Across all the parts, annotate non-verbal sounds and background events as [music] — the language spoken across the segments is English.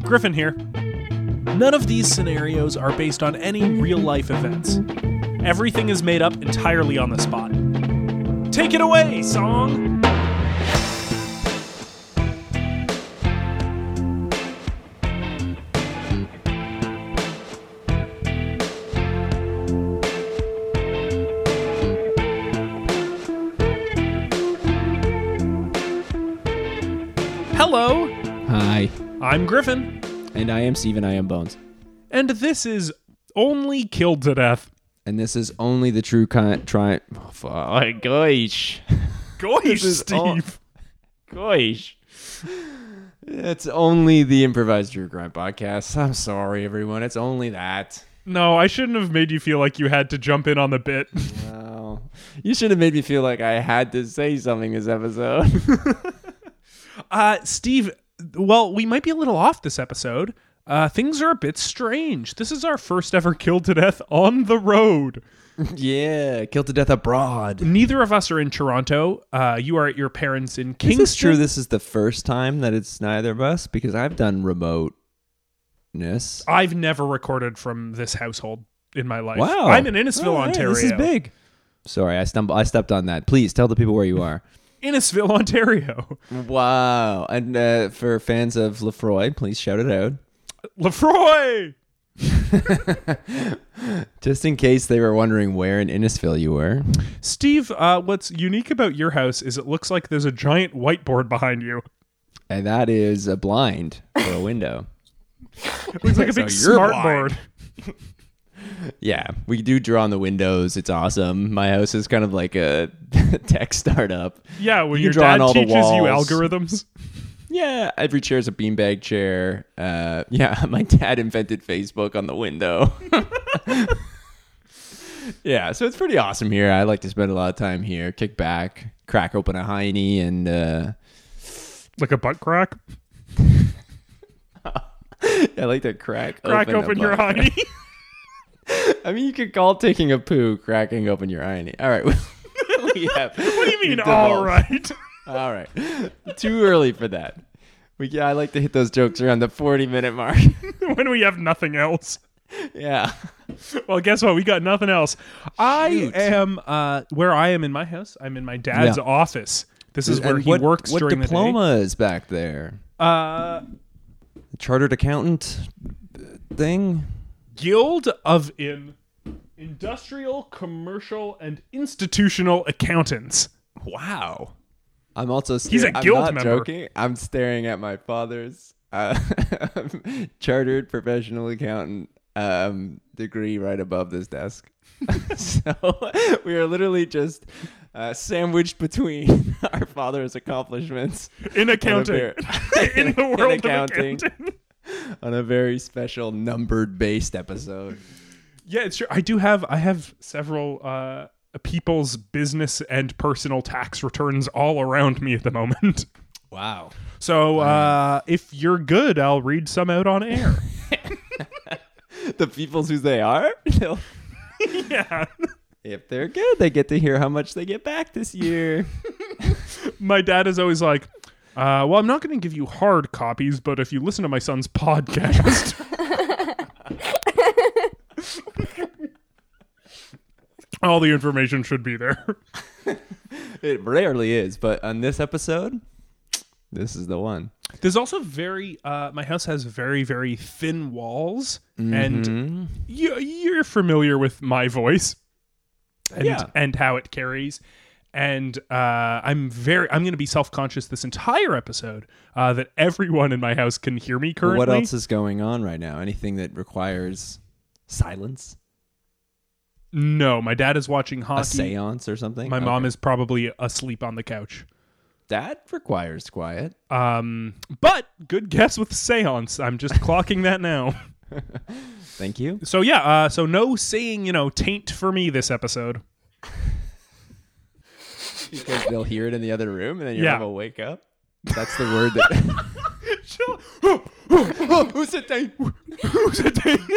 Griffin here. None of these scenarios are based on any real life events. Everything is made up entirely on the spot. Take it away, song! Hello, Hi. I'm Griffin. And I am Steven, I am Bones. And this is only killed to death. And this is only the true kind try oh, fuck, [laughs] gosh. Gosh, is Steve. all- Gosh. It's only the improvised true crime podcast. I'm sorry everyone. It's only that. No, I shouldn't have made you feel like you had to jump in on the bit. Wow. You should have made me feel like I had to say something this episode. [laughs] [laughs] Uh, Steve, well, we might be a little off this episode. Uh, things are a bit strange. This is our first ever killed to death on the road. yeah, killed to death abroad. Neither of us are in Toronto. Uh, you are at your parents in Is Kingston. this true this is the first time that it's neither of us? Because I've done remoteness. I've never recorded from this household in my life. Wow. I'm in Innisfil, All right, Ontario. This is big. Sorry, I stumbled I stepped on that. Please tell the people where you are. Innisfil, [laughs] Ontario. [laughs] wow. And uh, for fans of Lefroy, please shout it out. Lefroy! Just in case they were wondering where in Innisfil you were. Steve, uh, what's unique about your house is it looks like there's a giant whiteboard behind you. And that is a blind or a [laughs] window. It looks like a So big you're smart blind. board. yeah, we do draw on the windows. It's awesome. My house is kind of like a [laughs] tech startup. Yeah, when You your draw on dad all the teaches you walls. algorithms. [laughs] Yeah, every chair is a beanbag chair. Uh, yeah, [laughs] my dad invented Facebook on the window. [laughs] yeah, so it's pretty awesome here. I like to spend a lot of time here, kick back, crack open a hiney, and uh, [laughs] Like a butt crack. I like to crack Crack open, open, a your blunt. hiney. [laughs] I mean, you could call taking a poo cracking open your hiney. All right. [laughs] we [laughs] what have, do [laughs] you [laughs] mean, all right? [laughs] All right. Too early for that. We, yeah, I like to hit those jokes around the 40 minute mark. [laughs] when we have nothing else. yeah. Well, guess what? We got nothing else. I Shoot. am uh, where I am in my house. I'm in my dad's Yeah. office. This is where And he what, works what during the day. diploma is back there? Uh, chartered accountant uh, thing. Guild of in Industrial, Commercial, and Institutional Accountants. Wow. I'm also star- He's a I'm guild not member. joking. I'm staring at my father's uh, [laughs] chartered professional accountant um, degree right above this desk. [laughs] so we are literally just uh, sandwiched between [laughs] our father's accomplishments In accounting. bear. [laughs] [laughs] in the In world accounting. of accounting. [laughs] on a very special numbered based episode. Yeah, it's true. I do have I have several uh people's business and personal tax returns all around me at the moment. [laughs] Wow. So uh if you're good, I'll read some out on air. The people's who they are? [laughs] [laughs] yeah. If they're good, they get to hear how much they get back [laughs] this year. My dad is always like, uh well I'm not gonna give you hard copies, but if you listen to my son's podcast All the information should be there. it rarely is, but on this episode, this is the one. There's also very uh my house has very very thin walls and you, you're familiar with my voice and Yeah. and how it carries and uh, I'm very I'm going to be self conscious this entire episode uh, that everyone in my house can hear me currently. What else is going on right now? Anything that requires silence? No, my dad is watching A hockey. seance or something? Uh, My mom is probably asleep on the couch. That requires quiet. Um, but good guess with seance. I'm [laughs] just clocking that now. Thank you. So yeah, uh, so no saying you know taint for me this episode. [laughs] [laughs] Because they'll hear it in the other room and then your Yeah. mom will wake up. That's the [laughs] word that. [laughs] Chill. oh, who's it? They- Who's a dang?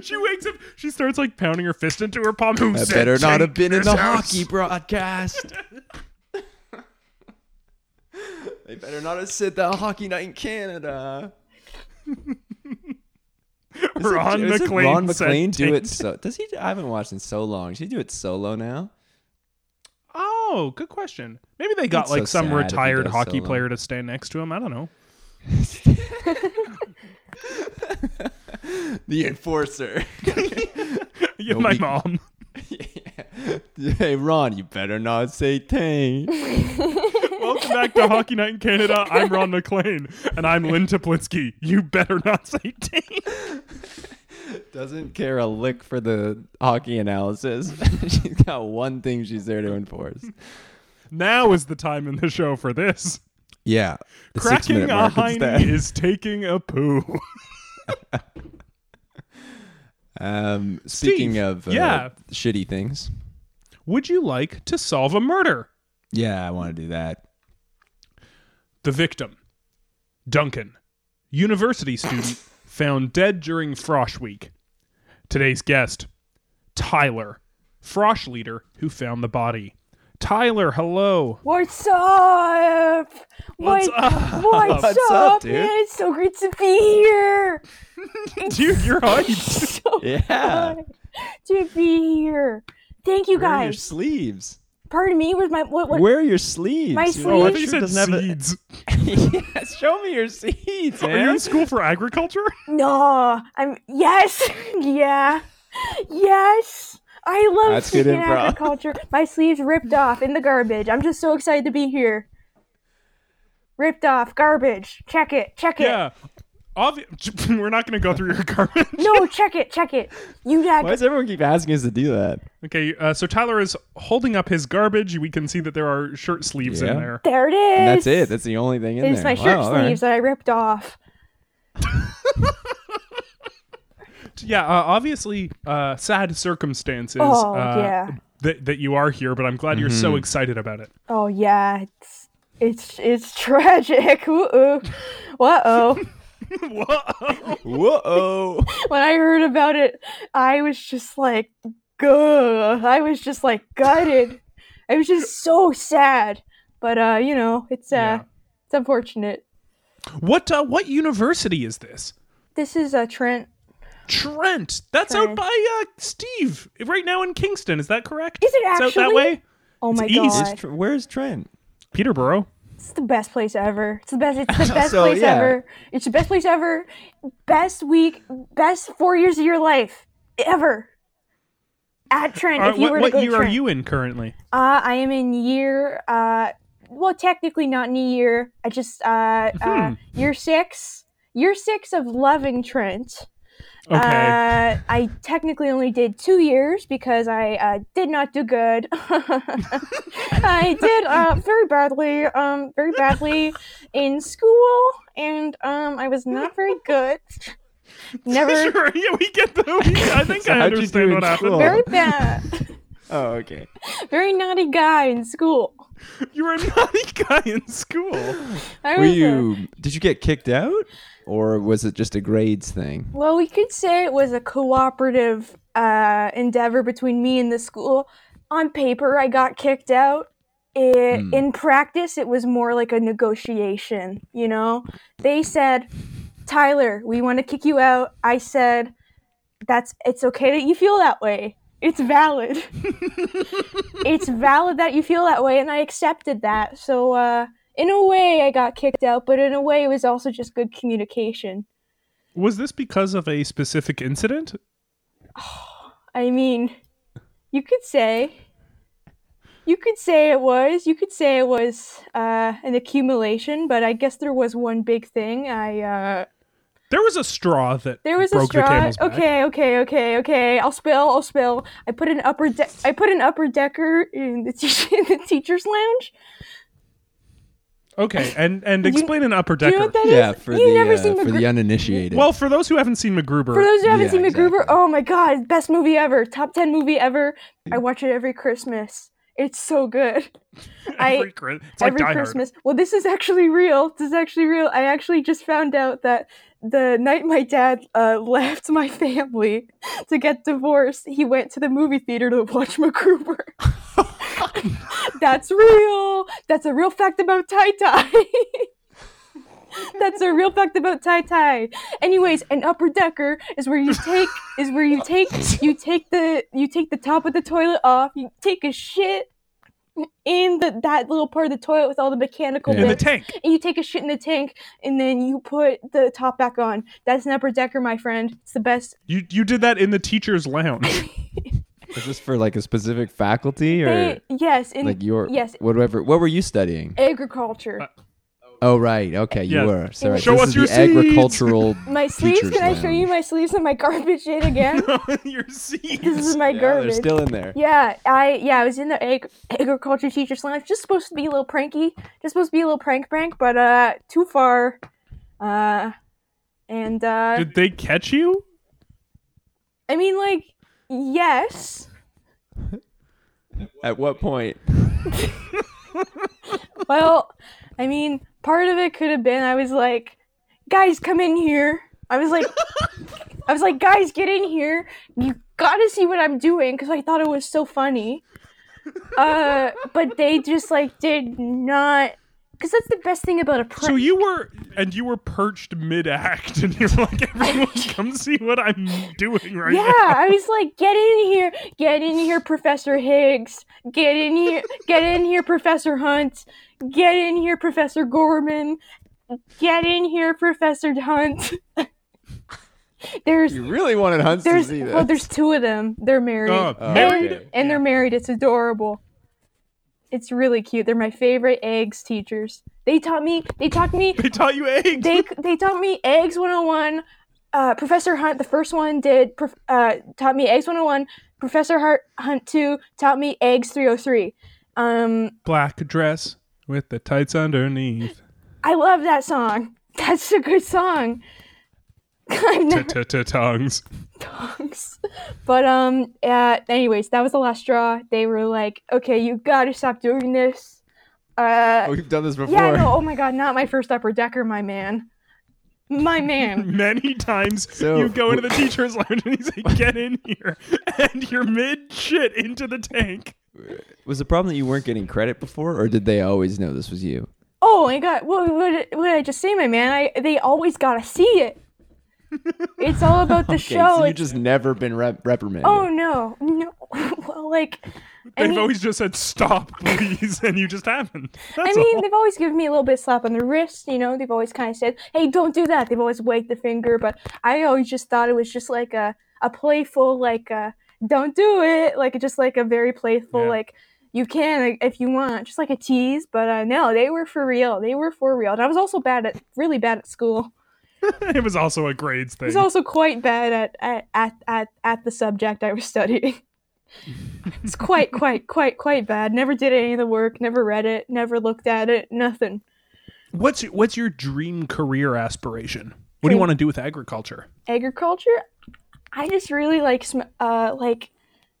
she wakes up. She starts like pounding her fist into her palm. Who That said better not Jake have been in is [laughs] the house? hockey broadcast. They better not have said that hockey night in Canada. Is it- Ron is it McLean. Ron said McLean do it taint. so? Does he? I haven't watched in so long. Does he do it solo now? Oh, good question. Maybe they got That's like so some sad if he retired does hockey solo. player to stand next to him. I don't know. [laughs] The [laughs] enforcer. Yeah, No, my we- mom. Hey Ron, you better not say taint. Welcome back to Hockey Night in Canada. [laughs] I'm Ron McLean, and I'm Lynn Teplitsky. You better not say taint. Doesn't care a lick for the hockey analysis. [laughs] she's got one thing she's there to enforce. Now is the time in the show for this. Yeah. the Cracking six-minute a mark hiney instead. is taking a poo. Um, speaking Steve, of uh, yeah. shitty things. Would you like to solve a murder? Yeah, I want to do that. The victim, Duncan, university student, found dead during Frosh Week. Today's guest, Tyler, Frosh leader who found the body. Tyler, [laughs] hello. What's up? What's What- up? [laughs] What's, What's up, up, dude? man? It's so great to be here. Dude, you're hyped. So [laughs] Yeah. to be here. Thank you Where are your guys. sleeves? Pardon me. Where's my what? what Where are your sleeves? My Your Oh, I sleeves? thought you shirt said doesn't have a- seeds. [laughs] yes, show me your seeds, Are you man. in school for [laughs] agriculture? no. I'm yes. [laughs] yeah. Yes. I love That's good teaching improv. agriculture. My sleeves ripped off in the garbage. I'm just so excited to be here. Ripped off garbage. Check it. Check it. Yeah. Obvi- [laughs] We're not going to go through your garbage. No, check it. Check it. [laughs] You got Why does everyone keep asking us to do that? Okay, uh, so Tyler is holding up his garbage. We can see that there are shirt sleeves in Yeah. there. there. It is. And that's it. That's the only thing in It's there. my shirt Wow, all right. sleeves that I ripped off. Yeah, uh, obviously, uh, sad circumstances. Oh, uh, yeah. That, that you are here, but I'm glad you're so excited about [laughs] it. Oh yeah, it's it's it's [laughs] tragic. Ooh, uh oh. Whoa! Whoa! when I heard about it, I was just like, "Gah!" I was just like gutted. I was just so sad. But uh, you know, it's uh, Yeah. it's unfortunate. What uh, what university is this? This is uh, Trent. Trent. That's out Trent. by uh, Steve right now in Kingston. Is that correct? Is it It's out that actually? way? Oh my east. god, Is Tr- where's Trent? Peterborough. it's the best place ever. It's the best. It's [laughs] the best So, place yeah. ever. It's the best place ever. Best week. Best four years of your life ever. At Trent, All right, if you Uh, what were what to go year to are Trent. you in currently? Uh, I am in year. Uh, well, technically not in a year. I just uh, Hmm. uh, year six. Year six of loving Trent. Okay. Uh, I technically only did two years because I uh, did not do good. [laughs] I did uh, very badly, um, very badly in school, and um, I was not very good. Never [laughs] sure. Yeah, we get the. We, [laughs] I think So I how'd you do understand in what happened. school? very bad, Oh, okay. very naughty guy in school. You were a naughty [laughs] guy in school. I Were was a- you? Did you get kicked out, or was it just a grades thing? Well, we could say it was a cooperative uh, endeavor between me and the school. On paper, I got kicked out. It, In practice, it was more like a negotiation. You know, they said, "Tyler, we want to kick you out." I said, "That's it's okay that you feel that way. It's valid. it's valid that you feel that way," and I accepted that. So, uh, in a way, I got kicked out, but in a way, it was also just good communication. Was this because of a specific incident? I mean, you could say. You could say it was. You could say it was uh, an accumulation, but I guess there was one big thing. I uh, There was a straw that there was broke a straw. the camel's back. Okay, okay, okay, okay. I'll spill. I'll spill. I put an upper. De- I put an upper decker in the, teach [laughs] in the teachers' lounge. Okay, and and You- explain an upper Do decker. you know what that is? Yeah, for You've the never uh, seen for MacGru- the uninitiated. well, for those who haven't seen MacGruber, For those who haven't Yeah, seen MacGruber, exactly. oh my god, best movie ever, top ten movie ever. I watch it every Christmas. It's so good. I- every, Chri- it's like every Die Hard. Christmas. Well, this is actually real. This is actually real. I actually just found out that the night my dad uh, [laughs] left my family to get divorced, he went to the movie theater to watch MacGruber. [laughs] that's real. That's a real fact about Tai Tai. [laughs] that's a real fact about Tai Tai. Anyways, an upper decker is where you take is where you take you take the you take the top of the toilet off. You take a shit in the that little part of the toilet with all the mechanical Yeah. in the bits, tank. and you take a shit in the tank, and then you put the top back on. That's an upper decker, my friend. It's the best. You you did that in the teacher's [laughs] lounge. [laughs] Is this for like a specific faculty or They- yes, in like your yes, whatever? What were you studying? agriculture. Uh, Oh right, okay, you Yeah. were. Sorry, Show this us is your the seeds. agricultural. [laughs] my sleeves. teacher's Can I show you my sleeves and my garbage in [laughs] again? Your this is seeds. my yeah, they're garbage. still in there. Yeah, I yeah, I was in the ag- agriculture teacher's lounge. Just supposed to be a little pranky, just supposed to be a little prank prank, but uh, too far. Uh, and uh, Did they catch you? I mean, like, yes, At what point? well, I mean, part of it could have been I was like, guys, come in here. I was like, I was like, guys, get in here. You gotta see what I'm doing because I thought it was so funny. Uh, but they just like did not. Because that's the best thing about a prank. So you were and you were perched mid act, and you're like, [laughs] "Everyone, come see what I'm doing right [laughs] yeah, I was like, get in here, get in here, Professor Higgs, get in here, get in here, Professor Hunt, get in here, Professor Gorman, get in here, Professor Hunt. [laughs] there's, You really wanted Hunts to there's, see this. well, there's two of them. They're married, now." Uh, Oh, and, married. okay. and they're married. It's adorable. It's really cute. They're my favorite eggs teachers. They taught me. They taught me They taught you eggs. they they taught me eggs 101 uh, professor hunt the first one did prof- uh, taught me eggs 101 professor Hart, hunt 2 taught me eggs 303 um, Black dress with the tights [laughs] underneath. i love that song [laughs] that's a good song [laughs] I've never Tongues. songs. but um uh, anyways that was the last straw they were like okay you gotta stop doing this uh, Oh, [laughs] we've done this before. yeah no oh my god not my first upper decker my man my man Many times So- you go into the teacher's lounge and he's like, "Get in here," and you're mid shit into the tank. Was the problem that you weren't getting credit before, or did they always know this was you? Oh my god! What, what, what did I just say, my man? I they always gotta see it. It's all about the Okay, show. so you've It's- just never been rep- reprimanded. oh no, no. [laughs] well, like, I They've mean, always just said, "Stop, please," and you just haven't. I That's mean, all. [laughs] they've always given me a little bit slap on the wrist. You know, they've always kind of said, "Hey, don't do that." They've always wagged the finger, but I always just thought it was just like a a playful, like a "Don't do it," like just like a very playful, Yeah. like you can like, if you want, just like a tease. But uh, no, they were for real. They were for real, and I was also bad at really bad at school. it was also a grades thing. He's also quite bad at at, at, at at the subject I was studying. it's quite, quite, quite, quite bad. Never did any of the work, never read it, never looked at it, nothing. What's what's your dream career aspiration? What do you Dream- want to do with agriculture? Agriculture, I just really like, sm- uh, like,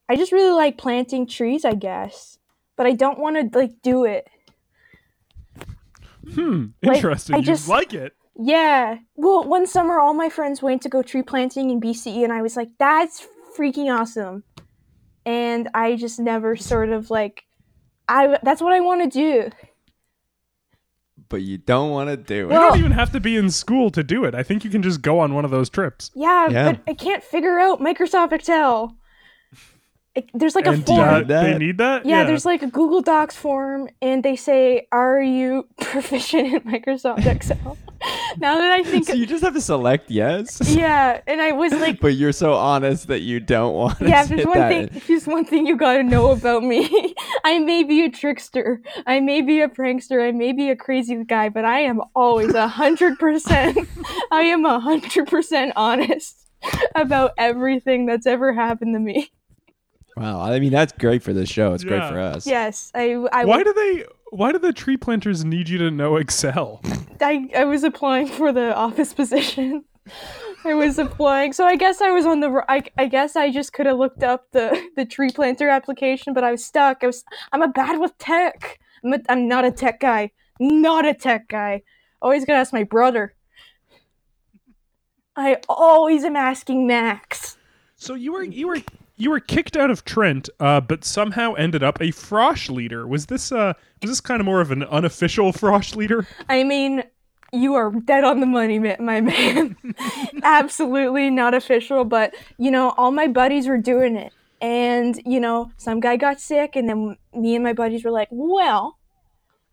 I just really like planting trees, I guess. But I don't want to, like, do it. Hmm, [laughs] Like, interesting. I you just- like it? Yeah. Well, one summer, all my friends went to go tree planting in BCE, and I was like, that's freaking awesome. And I just never sort of like, I that's what I want to do. But you don't want to do it. You Well- don't even have to be in school to do it. I think you can just go on one of those trips. Yeah, Yeah. but I can't figure out Microsoft Excel. It, there's like a and form. uh, Need that? they need that. yeah, there's like a Google Docs form, and they say, "Are you [laughs] proficient in Microsoft Excel?" [laughs] now that I think, so you just have to select yes. [laughs] yeah, and I was like, [laughs] But you're so honest that you don't want [laughs] to. yeah, [laughs] if there's sit one that thing, if there's one thing you gotta know about me, [laughs] I may be a trickster, I may be a prankster, I may be a crazy guy, but I am always a hundred percent. [laughs] I am a hundred percent honest [laughs] about everything that's ever happened to me. Wow, I mean that's great for this show. It's Yeah. great for us. Yes, I, I, Why do they? Why do the tree planters need you to know Excel? I, I was applying for the office position. I was applying, so I guess I was on the. r- I, I guess I just could have looked up the the tree planter application, but I was stuck. I was. I'm a bad with tech. I'm, a, I'm not a tech guy. Not a tech guy. Always gonna ask my brother. I always am asking Max. So you were you were you were kicked out of Trent, uh, but somehow ended up a frosh leader. Was this uh, was this kind of more of an unofficial frosh leader? I mean, you are dead on the money, ma- my man. [laughs] Absolutely not official, but you know, all my buddies were doing it. And, you know, some guy got sick, and then me and my buddies were like, well,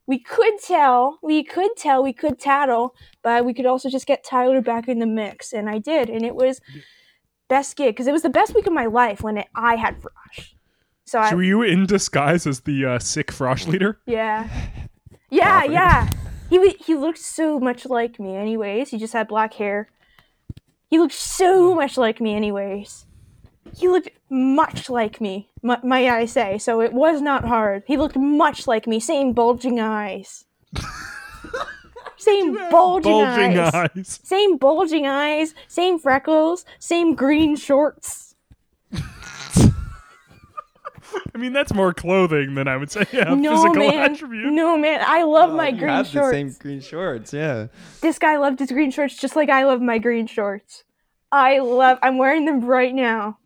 we could tell, we could tell, we could tattle, but we could also just get Tyler back in the mix. And I did. And it was best gig because it was the best week of my life when it, I had Frosh. So I, So were you in disguise as the uh, sick frosh leader? yeah. Yeah, Robert. yeah. He wa- he looked so much like me anyways. He just had black hair. He looked so much like me anyways. He looked much like me, m- might I say. So it was not hard. He looked much like me, same bulging eyes. same bulging, Bulging eyes. eyes. Same bulging eyes, same freckles, same green shorts. I mean, that's more clothing than I would say yeah, No physical man. attribute. No man, I Uh, love my You green have shorts. the same green shorts. Yeah. this guy loved his green shorts just like I love my green shorts. I love. I'm wearing them right now.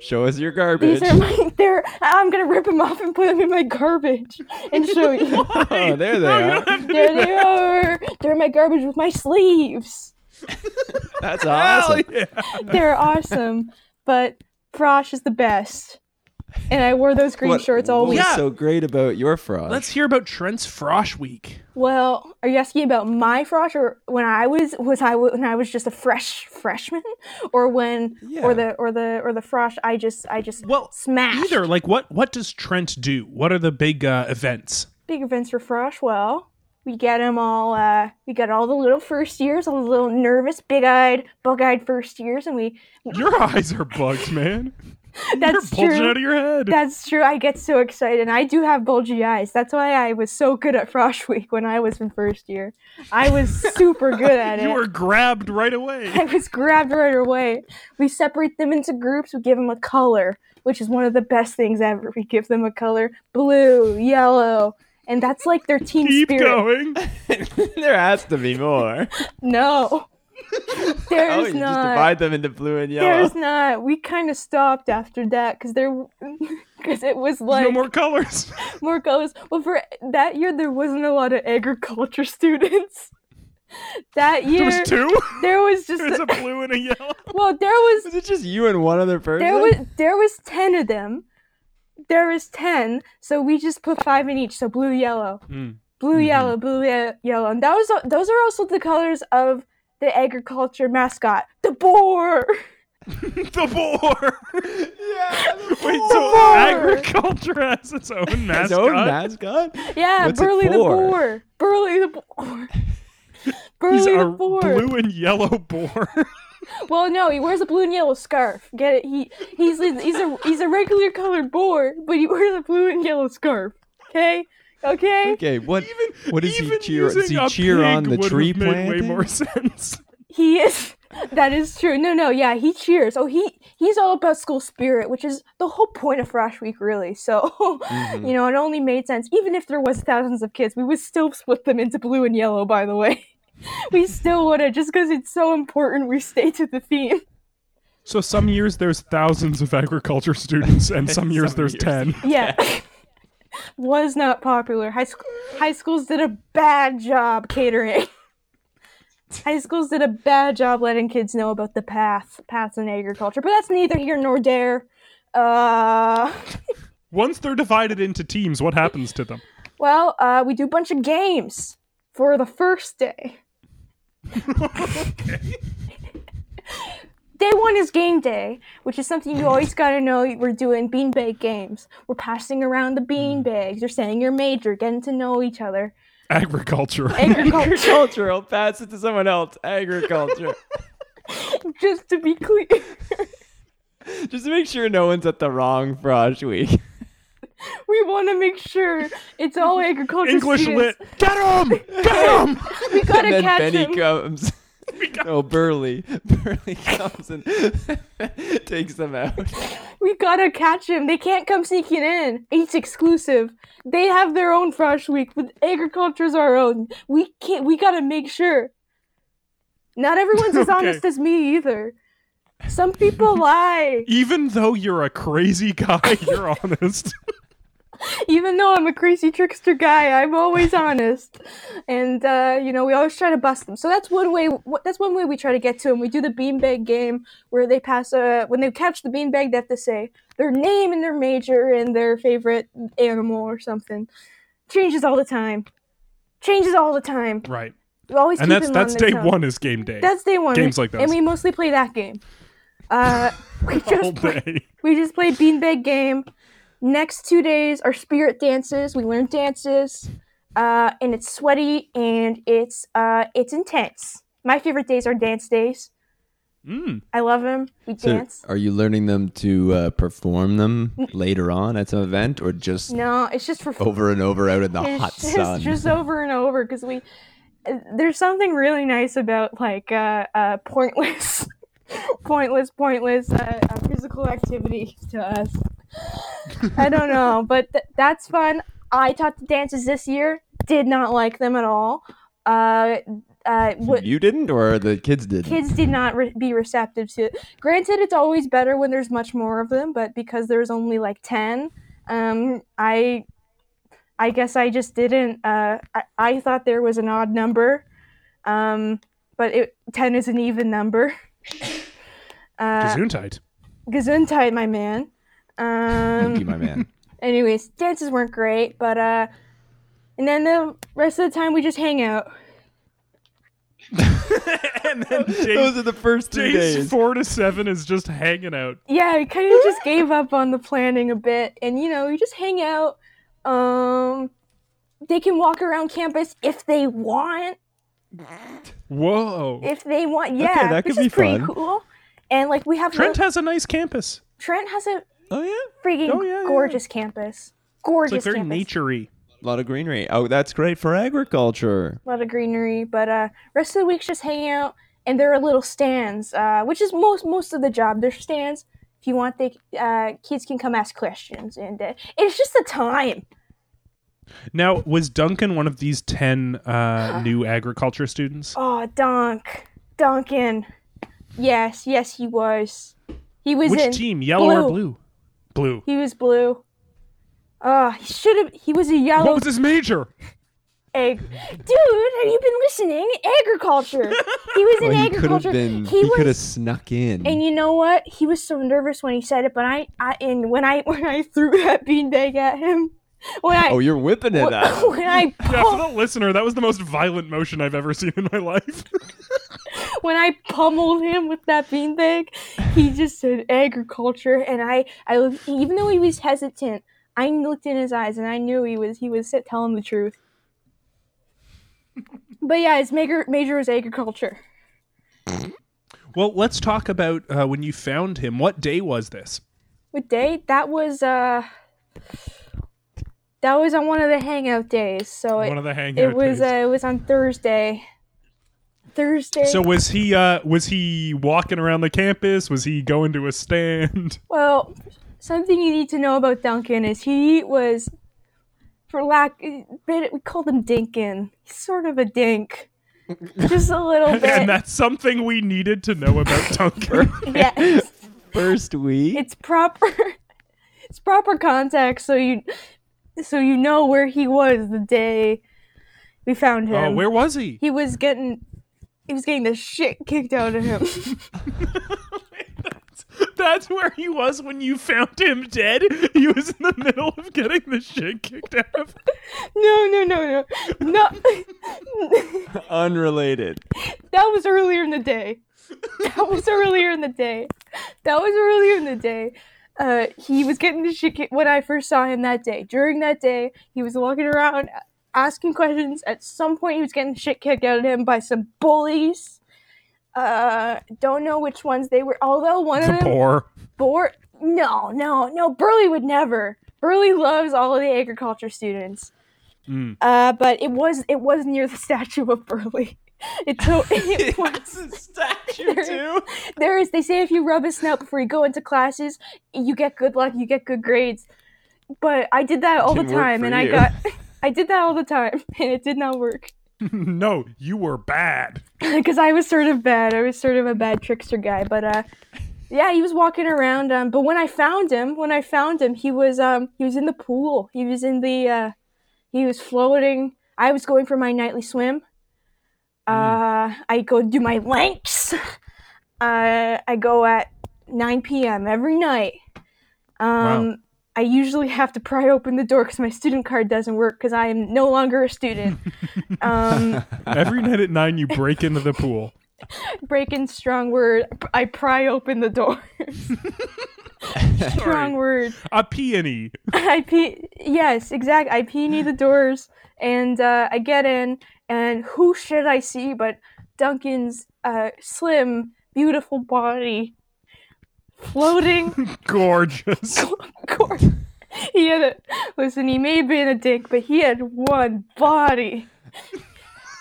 Show us your garbage. These are my. They're. I'm gonna rip them off and put them in my garbage and [laughs] show you. oh, there they are. there they are. They're in my garbage with my sleeves. That's awesome. They're awesome. But Frosh is the best. And I wore those green What- shorts all What's week. Yeah. so great about your frog? Let's hear about Trent's frosh week. Well, are you asking about my Frosh or when I was was I when I was just a fresh freshman, or when Yeah. or the or the or the Frosh I just I just Well, smashed Either like what what does Trent do? What are the big uh, events? big events for Frosh. Well, we get them all. Uh, we got all the little first years, all the little nervous, big-eyed, bug-eyed first years, and we. Your eyes are bugged, man. That's [laughs] You're bulging true. [laughs] out of your head. That's true. I get so excited, and I do have bulgy eyes. That's why I was so good at Frosh Week when I was in first year. I was super [laughs] good at you it. were grabbed right away. [laughs] I was grabbed right away. We separate them into groups. We give them a color, which is one of the best things ever. We give them a color: blue, yellow, and that's like their team Keep spirit. [laughs] going. [laughs] there has to be more. No. oh, There's you just not. divide them into blue and yellow. [laughs] There's not. We kind of stopped after that because there, [laughs] because it was like no more colors. [laughs] more colors. But for that year, there wasn't a lot of agriculture [laughs] students. That year, There was two. [laughs] there was just There was a- a blue and a yellow. [laughs] well, there was Is it just you and one other person? there was there was ten of them. There was ten, so we just put five in each. So blue, yellow, blue, yellow, blue, ye- yellow, and that was those are also the colors of the agriculture mascot, the boar. [laughs] The boar. [laughs] [laughs] yeah. Wait, The so boar. agriculture has its own mascot. His own mascot? Yeah, What's it Burley the for? Boar. Burley the [laughs] Boar. Burley He's the a Boar. blue and yellow [laughs] boar. Well, no, he wears a blue and yellow scarf. Get it? He he's he's a he's a regular colored boar, but he wears a blue and yellow scarf. Okay, okay. Okay, what Even- what does he even cheer? Does using he a cheer pig on the would tree have made planting? [laughs] Way more [laughs] sense. He is. [laughs] That is true. No, no, yeah, he cheers. Oh, he he's all about school spirit, which is the whole point of Frosh Week, really. So, [laughs] you know, it only made sense. Even if there was thousands of kids, we would still split them into blue and yellow. By the way, [laughs] we still would have just because it's so important. We stay to the theme. So some years there's thousands of agriculture students, [laughs] and some years Some there's years. ten. [laughs] Yeah. [laughs] Was not popular. High school high schools did a bad job catering. [laughs] High schools did a bad job letting kids know about the path, paths in agriculture, but that's neither here nor there. Uh, Once they're divided into teams, what happens to them? well, uh, we do a bunch of games for the first day. Day one is game day, which is something you always gotta know. We're doing beanbag games. We're passing around the beanbags. You're saying your major, getting to know each other. [laughs] Agriculture. Agriculture. Agricultural. Pass it to someone else. Agriculture. [laughs] just to be clear. just to make sure no one's at the wrong frosh week. We want to make sure [laughs] it's all agriculture. English lit. students. Get 'em! [laughs] Get 'em! We gotta and then catch Benny him. [laughs] comes. No, Burley. Burley comes and [laughs] takes them out. we gotta catch him. They can't come sneaking in. It's exclusive. They have their own fresh week, but agriculture's our own. We can't. We gotta make sure. Not everyone's as Okay. honest as me either. Some people lie. Even though you're a crazy guy, [laughs] you're honest. Even though I'm a crazy trickster guy, I'm always honest. And uh, you know, we always try to bust them. So that's one way. wh- That's one way we try to get to them. We do the beanbag game where they pass a. When they catch the beanbag, they have to say their name and their major and their favorite animal or something. Changes all the time. Changes all the time. [laughs] right. We always And keep that's them on that's their day toes. one is game day. That's day one. Games like Oh, And those. we mostly play that game. Uh, [laughs] we all just play, day. we just play beanbag game. Next two days are spirit dances. We learn dances, uh, and it's sweaty and it's uh, it's intense. My favorite days are dance days. Mm. I love them. We So dance. are you learning them to uh, perform them later on at some event or just No, it's just for Oh, fun. over and over out in the it's hot just, sun? just over and over because we there's something really nice about like uh, uh, pointless [laughs] pointless pointless uh, uh, physical activity to us i don't [laughs] know but th- that's fun i taught the dances this year did not like them at all uh, uh, what, you didn't or the kids didn't? kids did not re- be receptive to it. Granted, it's always better when there's much more of them, but because there's only like ten, um, I, I guess I just didn't. Uh, I, I thought there was an odd number, um, but it, ten is an even number. [laughs] [laughs] Uh, Gesundheit. Gesundheit, my man. Thank Um, you, [laughs] my man. anyways, dances weren't great, but uh, and then the rest of the time we just hang out. [laughs] and then day, Those are the first two days days. four to seven is just hanging out. yeah, I kind of just gave up on the planning a bit, and you know, you just hang out. Um, they can walk around campus if they want. Whoa. If they want, yeah, that which could is be pretty fun. cool. And like we have no- Trent has a nice campus. Trent has a oh yeah, freaking Oh, yeah, yeah, gorgeous campus. It's Gorgeous like very campus. naturey. a lot of greenery. Oh, that's great for agriculture. a lot of greenery, but uh, rest of the week's just hanging out. And there are little stands, uh, which is most most of the job. There's stands. If you want, they uh, kids can come ask questions, and uh, it's just the time. Now, was Duncan one of these ten [gasps] uh, new agriculture students? Oh, Dunk. Duncan. Yes, yes, he was. He was in. Which team, yellow or blue? Blue. He was blue. Oh, he should have. He was a What yellow was his major? egg. Dude, have you been listening? Agriculture. He was in [laughs] Well, he could have agriculture. been. He He, could have was- snuck in. And you know what? He was so nervous when he said it, but I, I and when I [laughs] when I threw that beanbag at him, when I oh, you're whipping [laughs] it when, up. I Yeah, for pum- the listener, that was the most violent motion I've ever seen in my life. when I pummeled him with that beanbag, he just said agriculture, and I, I looked, even though he was hesitant, I looked in his eyes and I knew he was he was telling the truth. But yeah, his major major was agriculture. well, let's talk about uh, when you found him. What day was this? What day? That was uh, that was on one of the hangout days. So one it, of the hangout it was days. uh, it was on Thursday. Thursday. so was he? Uh, was he walking around the campus? Was he going to a [laughs] stand? Well, something you need to know about Duncan is he was, for lack, bit- we called him Dinkin. He's sort of a dink, just a [laughs] little and bit. that's something we needed to know [laughs] about Duncan. Yeah, First week. it's proper. [laughs] It's proper context, so you, so you know where he was the day we found him. Oh, where was he? he was getting, he was getting the shit kicked out of him. [laughs] [laughs] That's where he was when you found him dead. He was in the middle of getting the shit kicked out of him. no, no, no, no, [laughs] no. Unrelated. That was earlier in the day. That was earlier in the day. That was earlier in the day. Uh, he was getting the shit kicked when I first saw him that day. During that day, he was walking around asking questions. At some point, he was getting the shit kicked out of him by some bullies. Uh, don't know which ones they were. Although one of The them, poor. bore. No, no, no. Burley would never. Burley loves all of the agriculture students. Mm. Uh, but it was it was near the [laughs] statue of Burley. It so [laughs] [laughs] it was statue [laughs] too? there is they say if you rub a snout before you go into classes, you get good luck, you get good grades. But I did that all the Didn't work time, for and I you. [laughs] got I did that all the time, [laughs] and it did not work [laughs] No, you were bad. [laughs] because I was sort of bad. I was sort of a bad trickster guy, but uh, Yeah, he was walking around. Um, but when I found him, when I found him, he was um, he was in the pool. He was in the uh, he was floating. I was going for my nightly swim. Uh, I go do my lengths. [laughs] uh, I go at 9 p.m. every night. Um, Wow. I usually have to pry open the door because my student card doesn't work because I am no longer a student. um, Every night at nine, you break into the pool. breaking strong word. I pry open the door. [laughs] strong word. A E. peony. I pe- yes, exact. I peony the doors, and uh, I get in, and who should I see but Duncan's uh, slim, beautiful body, floating. Gorgeous. cor- he had a listen. He may have been a dick, but he had one body.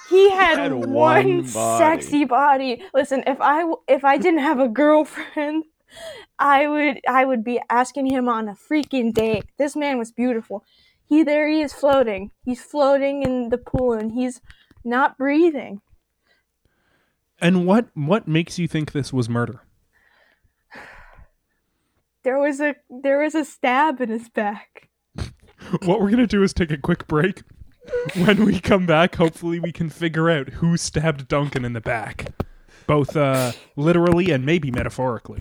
He had, had one, one body. sexy body. Listen, if I w- if I didn't have a girlfriend, I would I would be asking him on a freaking date. This man was beautiful. He there he is floating. He's floating in the pool and he's not breathing. And what what makes you think this was murder? There was a there was a stab in his back. What we're gonna do is take a quick break. When we come back, hopefully we can figure out who stabbed Duncan in the back, both uh, literally and maybe metaphorically.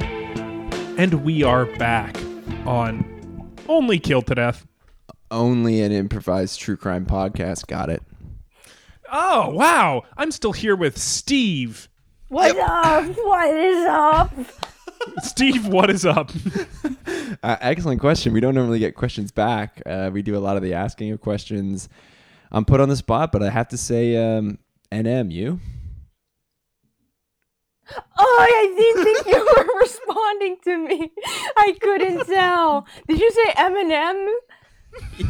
And we are back on Only Killed to Death. Only an improvised true crime podcast. Got it. Oh wow! I'm still here with Steve. What up? What is up? Steve, what is up? Uh, excellent question. We don't normally get questions back. Uh, we do a lot of the asking of questions. I'm put on the spot, but I have to say, um, NM, [laughs] you? Oh, I didn't think you [laughs] were responding to me. I couldn't tell. Did you say Eminem?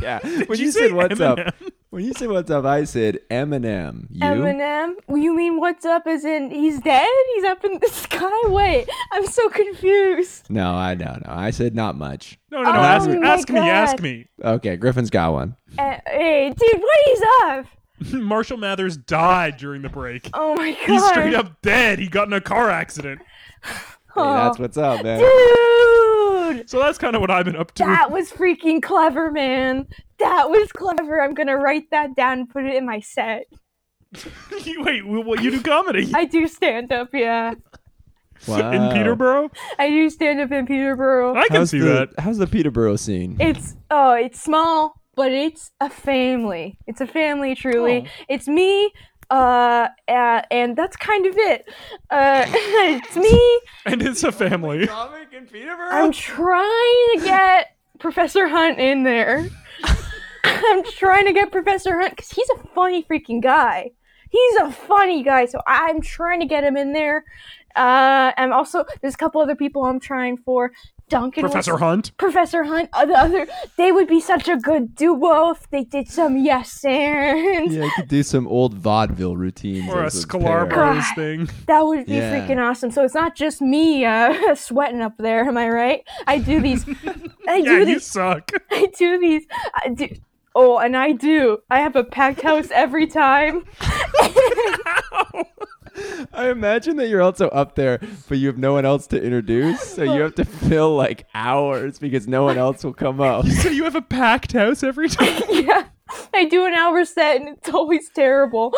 Yeah. [laughs] when you you, say said what's up, M&M? [laughs] when you said what's up, I said Eminem. You? Eminem? You mean what's up? As in he's dead? He's up in the [laughs] sky? Wait, I'm so confused. No, I no no. I said not much. No, no, no! Oh ask, my ask me, God. ask me. [laughs] Okay, Griffin's got one. Eh, hey, dude, what is up? Marshall Mathers died during the break. Oh my god. He's straight up dead. He got in a car accident. Hey, that's Oh. what's up, [laughs] man. Dude, So that's kind of what I've been up to. that was freaking clever, man. That was clever. I'm gonna write that down and put it in my set. Wait, well, what [laughs] you do comedy [laughs] I do stand up, yeah. Wow. in Peterborough? I do stand up in Peterborough. I can How's see the, that. how's the Peterborough scene? It's oh, it's small, but it's a family. It's a family, truly. It's me, uh, uh, and that's kind of it. Uh, [laughs] it's me. And it's a family. Comic in Peterborough? I'm trying to get Professor Hunt in there. [laughs] I'm trying to get Professor Hunt because he's a funny freaking guy. He's a funny guy, so I'm trying to get him in there. Uh, and also, there's a couple other people I'm trying for. Duncan was- Professor Hunt. Professor Hunt, uh, the other, they would be such a good duo if they did some yes ands. Yeah, I could do some old vaudeville routines. Or a as pair. Sklar Bros thing. That would be Yeah. freaking awesome. So it's not just me uh, [laughs] sweating up there, am I right? I do these, I Yeah, do you these, [laughs] suck. I do these, I do. Oh, and I do. I have a packed house every time. I imagine that you're also up there, but you have no one else to introduce, so you have [laughs] to fill like hours because no one else will come up. [laughs] So you have a packed house every time. yeah. I do an hour set and it's always terrible.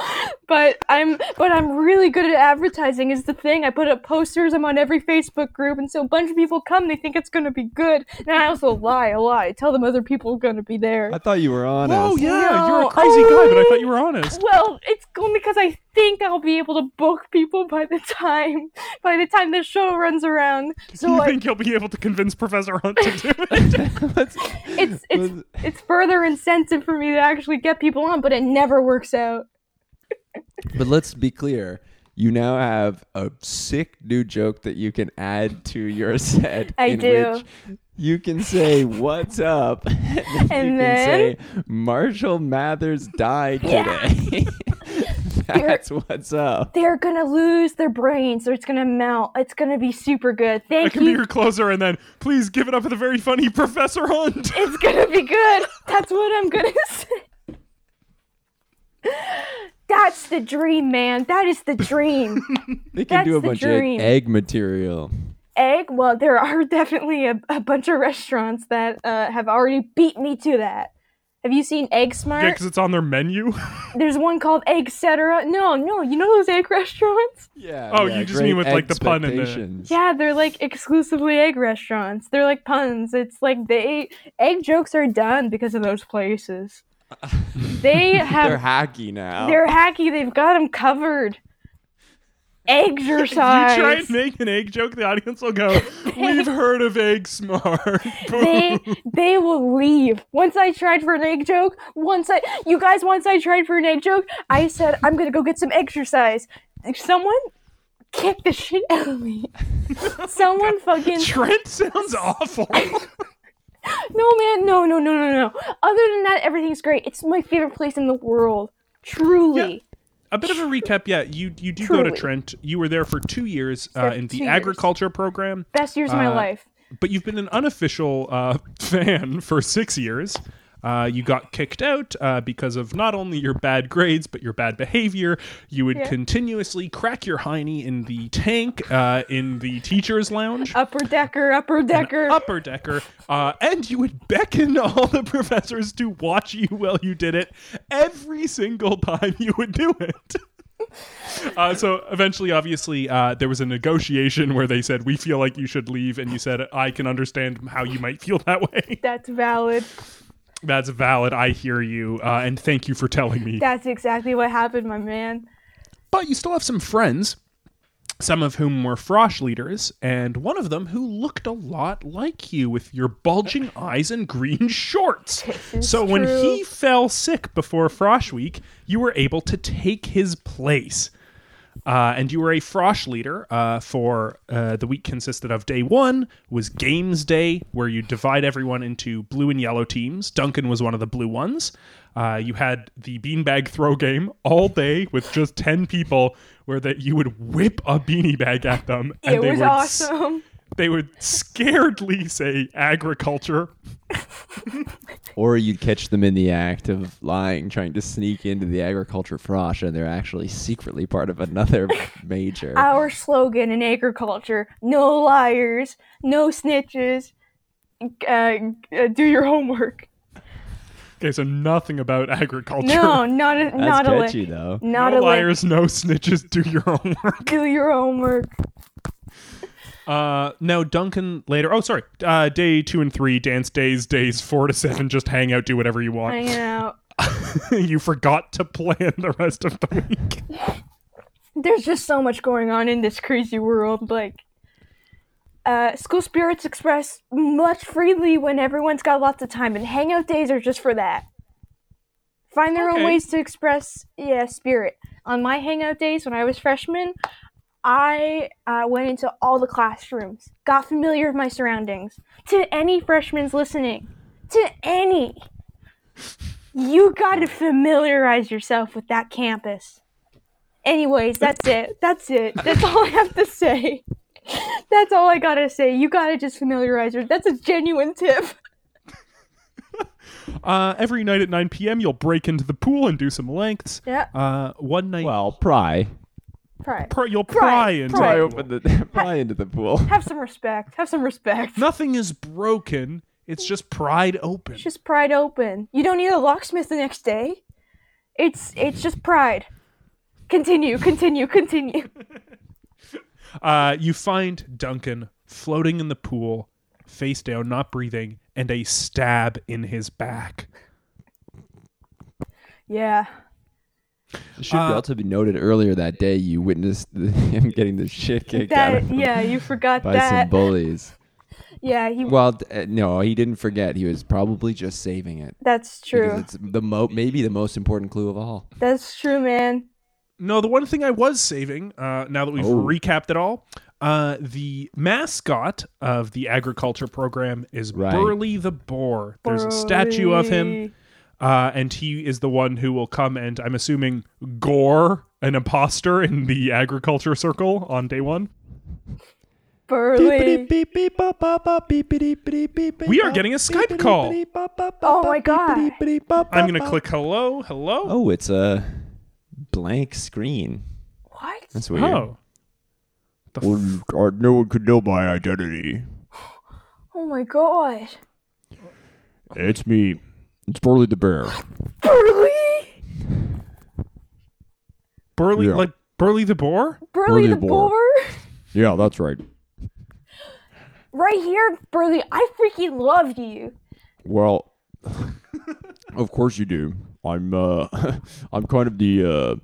But I'm but I'm really good at advertising is the thing. I put up posters, I'm on every Facebook group, and so a bunch of people come, they think it's gonna be good. And I also lie a lot. I tell them other people are gonna be there. I thought you were honest. Oh yeah, No, you're a crazy guy, but I thought you were honest. Well, it's only because I think I'll be able to book people by the time by the time the show runs around. So you like, think you'll be able to convince Professor Hunt to do it? [laughs] [laughs] Let's- it's it's let's- it's further incentive for me to actually get people on, but it never works out. but let's be clear. You now have a sick new joke that you can add to your set. I in do. Which you can say "What's up," [laughs] and then you And then- can say "Marshall Mathers died today." [laughs] That's what's up. They're gonna lose their brains, or it's gonna melt. It's gonna be super good. I Thank can be you. your closer, and then please give it up for the very funny Professor Hunt. It's gonna be good. [laughs] That's what I'm gonna [laughs] say. That's the dream, man. That is [laughs] the dream. They can do That's the a bunch dream. of egg material. Egg. Well, there are [laughs] definitely a, a bunch of restaurants that uh, have already beat me to that. Have you seen Egg Smart? Yeah, because it's on their menu. [laughs] There's one called Egg Cetera. No, no, you know those egg restaurants? Yeah. Oh, you just mean with, like, the pun in there. Yeah. Yeah, they're like exclusively egg restaurants. They're like puns. It's like they egg jokes are done because of those places. They have They're hacky now. They're hacky. They've got them covered. If you try Exercise. and make an egg joke, the audience will [laughs] go, "We've heard of Egg Smart." they they will leave. Once I tried for an egg joke, once I you guys once I tried for an egg joke, I said I'm gonna go get some exercise. Someone kicked the shit out of me. Someone fucking [laughs] Trent sounds awful. no man no no no no no. Other than that, everything's great. It's my favorite place in the world. Truly. a bit of a recap. Yeah, you you do go to Truly. Trent. You were there for two years uh, in the two years. agriculture program, Best years of my Uh, life. but you've been an unofficial uh, [laughs] fan for six years. Uh, you got kicked out uh, because of not only your bad grades but your bad behavior. You would Yeah. continuously crack your hiney in the tank uh, in the teachers' lounge. Upper decker, upper decker. upper decker, uh, and you would beckon all the professors to watch you while you did it every single time you would do it. [laughs] Uh, so eventually, obviously, uh, there was a negotiation where they said, "We feel like you should leave," and you said, "I can understand how you might feel that way. [laughs] That's valid. That's valid. I hear you, uh, and thank you for telling me." That's exactly what happened, my man. But you still have some friends, some of whom were frosh leaders, and one of them who looked a lot like you with your bulging eyes and green [laughs] shorts. is So when true. he fell sick before frosh week, you were able to take his place. Uh, and you were a frosh leader uh, for uh, the week consisted of day one was games day where you divide everyone into blue and yellow teams duncan was one of the blue ones uh, you had the beanbag throw game all day with just 10 people where that you would whip a beanie bag at them It was would s- awesome. they would scaredly say agriculture Or you'd catch them in the act of lying, trying to sneak into the agriculture frosh, and they're actually secretly part [laughs] of another major. Our slogan in agriculture: no liars, no snitches. Uh, uh, do [laughs] your homework. okay so nothing about agriculture No, not a, That's not a lick. catchy, though. Not no a lick. liars no snitches do your [laughs] homework Do your homework. Uh, no, Duncan later. Oh, sorry. Uh, day two and three, dance days, days four to seven, just hang out, do whatever you I want. know. [laughs] you forgot to plan the rest of the [laughs] week. There's just so much going on in this crazy world. Like, uh, school spirits express much freely when everyone's got lots of time, and hangout days are just for that. Find their Okay. own ways to express, yeah, spirit. On my hangout days when I was freshman, I uh, went into all the classrooms, got familiar with my surroundings. To any freshman's listening, to any, you got to familiarize yourself with that campus. [laughs] Anyways, that's it. That's it. That's all I have to say. That's all I gotta say. You gotta just familiarize her. That's a genuine tip. Uh, every night at 9 p.m., you'll break into the pool and do some lengths. Yeah. Uh, one night, Well, pry. Right. pr- you'll pry, Pry, into pry. Pry the open the [laughs] pry into the pool. Have some respect. Have some respect. Nothing is broken. It's just pried open. Just pride open. You don't need a locksmith the next day. It's it's just pride. Continue, continue, continue. Uh, you find Duncan floating in the pool, face down, not breathing, and a stab in his back. Yeah. It should Uh, also be noted earlier that day you witnessed [laughs] the, him getting the shit kicked out That of him yeah, you forgot by some that. bullies. yeah, he Well, d- uh, no, he didn't forget. He was probably just saving it. that's Because true. it's the mo- maybe the most important clue of all. That's true, man. No, the one thing I was saving, uh, now that we've Oh. recapped it all, uh, the mascot of the agriculture program is Right. Burley the Boar. There's a statue of him. Burly. Uh, and he is the one who will come and, I'm assuming, gore an imposter in the agriculture circle on day one. Burley. We We are getting a Skype call. Oh my God. I'm Uh-huh. going to click hello, hello. Oh, it's a blank screen. What? That's Oh. weird. The Well, f- uh, no one could know my identity. Oh my god. It's me. It's Burley the [laughs] Bear. Burley? Burley, Yeah. like Burley the Boar? Burley Burley the the boar. boar? [laughs] Yeah, that's right. Right here, Burley, I freaking love you. Well, [laughs] of course you do. I'm uh [laughs] I'm kind of the uh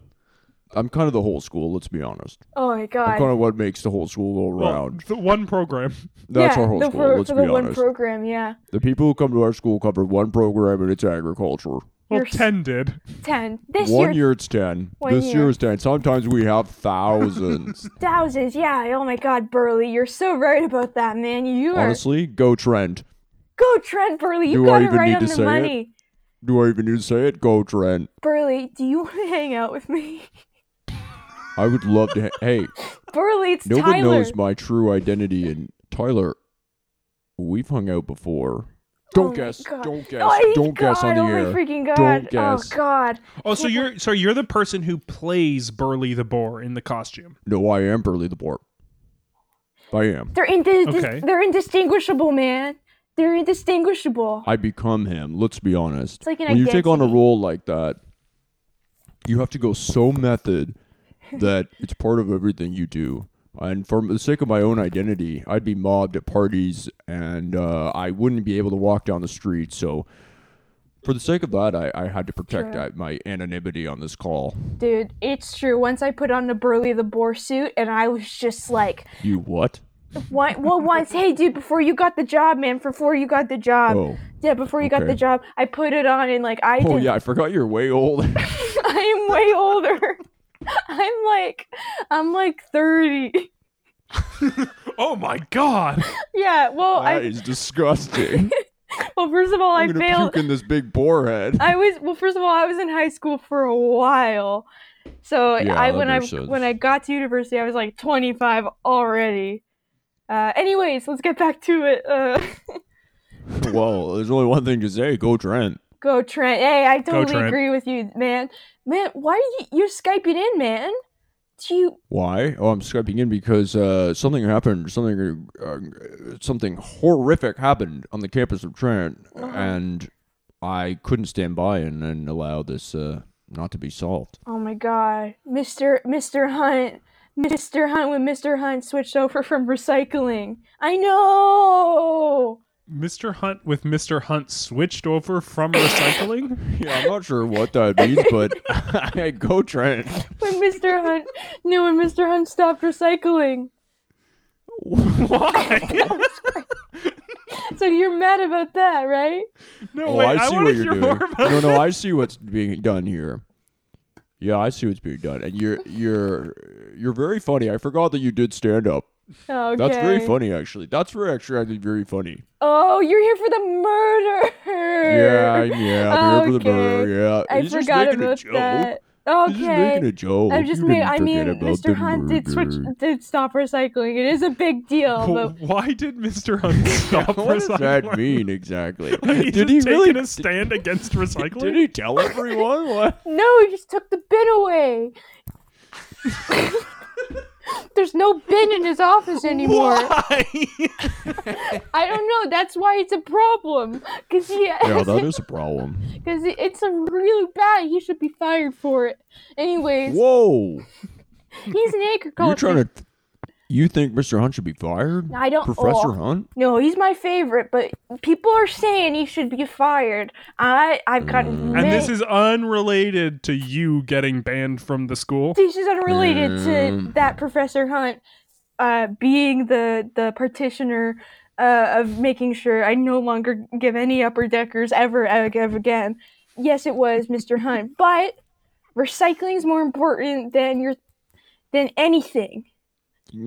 I'm kind of the whole school, let's be honest. Oh my I'm kind god. of what makes the whole school go Well, round. the one [laughs] program. That's yeah, our whole the school, pro- let's for be the one honest. program, yeah. the people who come to our school cover one program and it's agriculture. Well, You're s- 10 did. Ten. This One year, year it's 10. One this year. year. it's 10. Sometimes we [laughs] have thousands. thousands, yeah. Oh my god, Burley, you're so right about that, man. You are Honestly, go trend. Go Trent Burley, you Do I got it even right need on to the say it? money. Do I even need to say it? Go trend. Burley, do you [laughs] want to hang out with me? [laughs] I would love to. Ha- hey, Burley, it's no Tyler. one knows my true identity. And Tyler, we've hung out before. Oh Don't my guess. God. Don't guess. Oh, don't God, guess on the oh air. My freaking God. Don't guess. Oh God. Oh, so you're so you're the person who plays Burley the Boar in the costume. No, I am Burley the Boar. I am. They're indis- Okay. they're indistinguishable, man. They're indistinguishable. I become him. Let's be honest. It's like an when you take on a identity. role like that, you have to go [laughs] so method that it's part of everything you do. And for the sake of my own identity, I'd be mobbed at parties, and uh, I wouldn't be able to walk down the street. So, for the sake of that, I, I had to protect Sure. uh, my anonymity on this call. Dude, it's true. Once I put on the Burley the Boar suit and I was just like, You what? why, well, once, hey, dude, before you got the job, man, before you got the job. Oh. Yeah, before you got okay. the job, I put it on and like Um, I Oh did yeah, I forgot you're way old. [laughs] I'm way older. [laughs] I'm like I'm like 30. Oh my god. [laughs] Yeah, well, that I is [laughs] disgusting. well first of all I I'm gonna failed. puke in this big boar head. [laughs] I was well first of all I was in high school for a while. So Yeah, I that when I makes sense. when I got to university I was like 25 already. Uh anyways, let's get back to it. Uh Well, there's only one thing to say. Go Trent. go Trent. Hey, I totally Trent. agree with you, man. Man, why are you you're Skyping in, man? Do you Why? Oh, I'm Skyping in because uh, something happened. Something, uh, something horrific happened on the campus of Trent, Uh-huh. and I couldn't stand by and, and allow this uh, not to [laughs] be solved. Oh my god. Mr. Mr. Hunt. Mr. Hunt when Mr. Hunt switched over from recycling. I know. Mr. Hunt with Mr. Hunt switched over from recycling? Yeah, I'm not sure what that means, but [laughs] I [laughs] go Trent. When Mr. Hunt [laughs] knew when Mr. Hunt stopped recycling. [laughs] Why? So you're mad about that, right? [laughs] no, Oh, wait, I I, see want what to you're hear doing. more about no, no, I see what's being done here. Yeah, I see what's being done, and you're you're you're very funny. I forgot that you did stand up. Okay. That's very funny, actually. That's very actually I think very funny. Oh, you're here for the murder. [laughs] Yeah, yeah, beer for the murder. Yeah, I He's just forgot making a about joke. that. He's just making Okay. a joke. I'm just You making. didn't I forget mean, about Mr. the Hunt did switch, [laughs] murder. did stop recycling. It is a big deal, Well, [laughs] but Why did Mr. [laughs] Hunt stop What does recycling? that mean [laughs] exactly? [laughs] He's did just he taking really? a stand [laughs] against recycling? Did he tell [laughs] everyone what? No, you just took the bin away. [laughs] There's no bin in his office anymore. Why? [laughs] I don't know. That's why it's a problem. Cause he, Yeah, that is a problem. [laughs] cause it- it's a really bad. He should be fired for it. Anyways, Whoa, he's an you're agriculture. trying to. You think Mr. Hunt should be fired? I don't. Professor oh, Hunt? No, he's my favorite, but people are saying he should be fired. I, I've gotten. and ma- this is unrelated to you getting banned from the school. [laughs] this is unrelated to Mm. that Professor Hunt uh, being the the partitioner uh, of making sure I no longer give any upper deckers ever ag- ever again. Yes, it was Mr. Hunt, but recycling is more important than your than anything.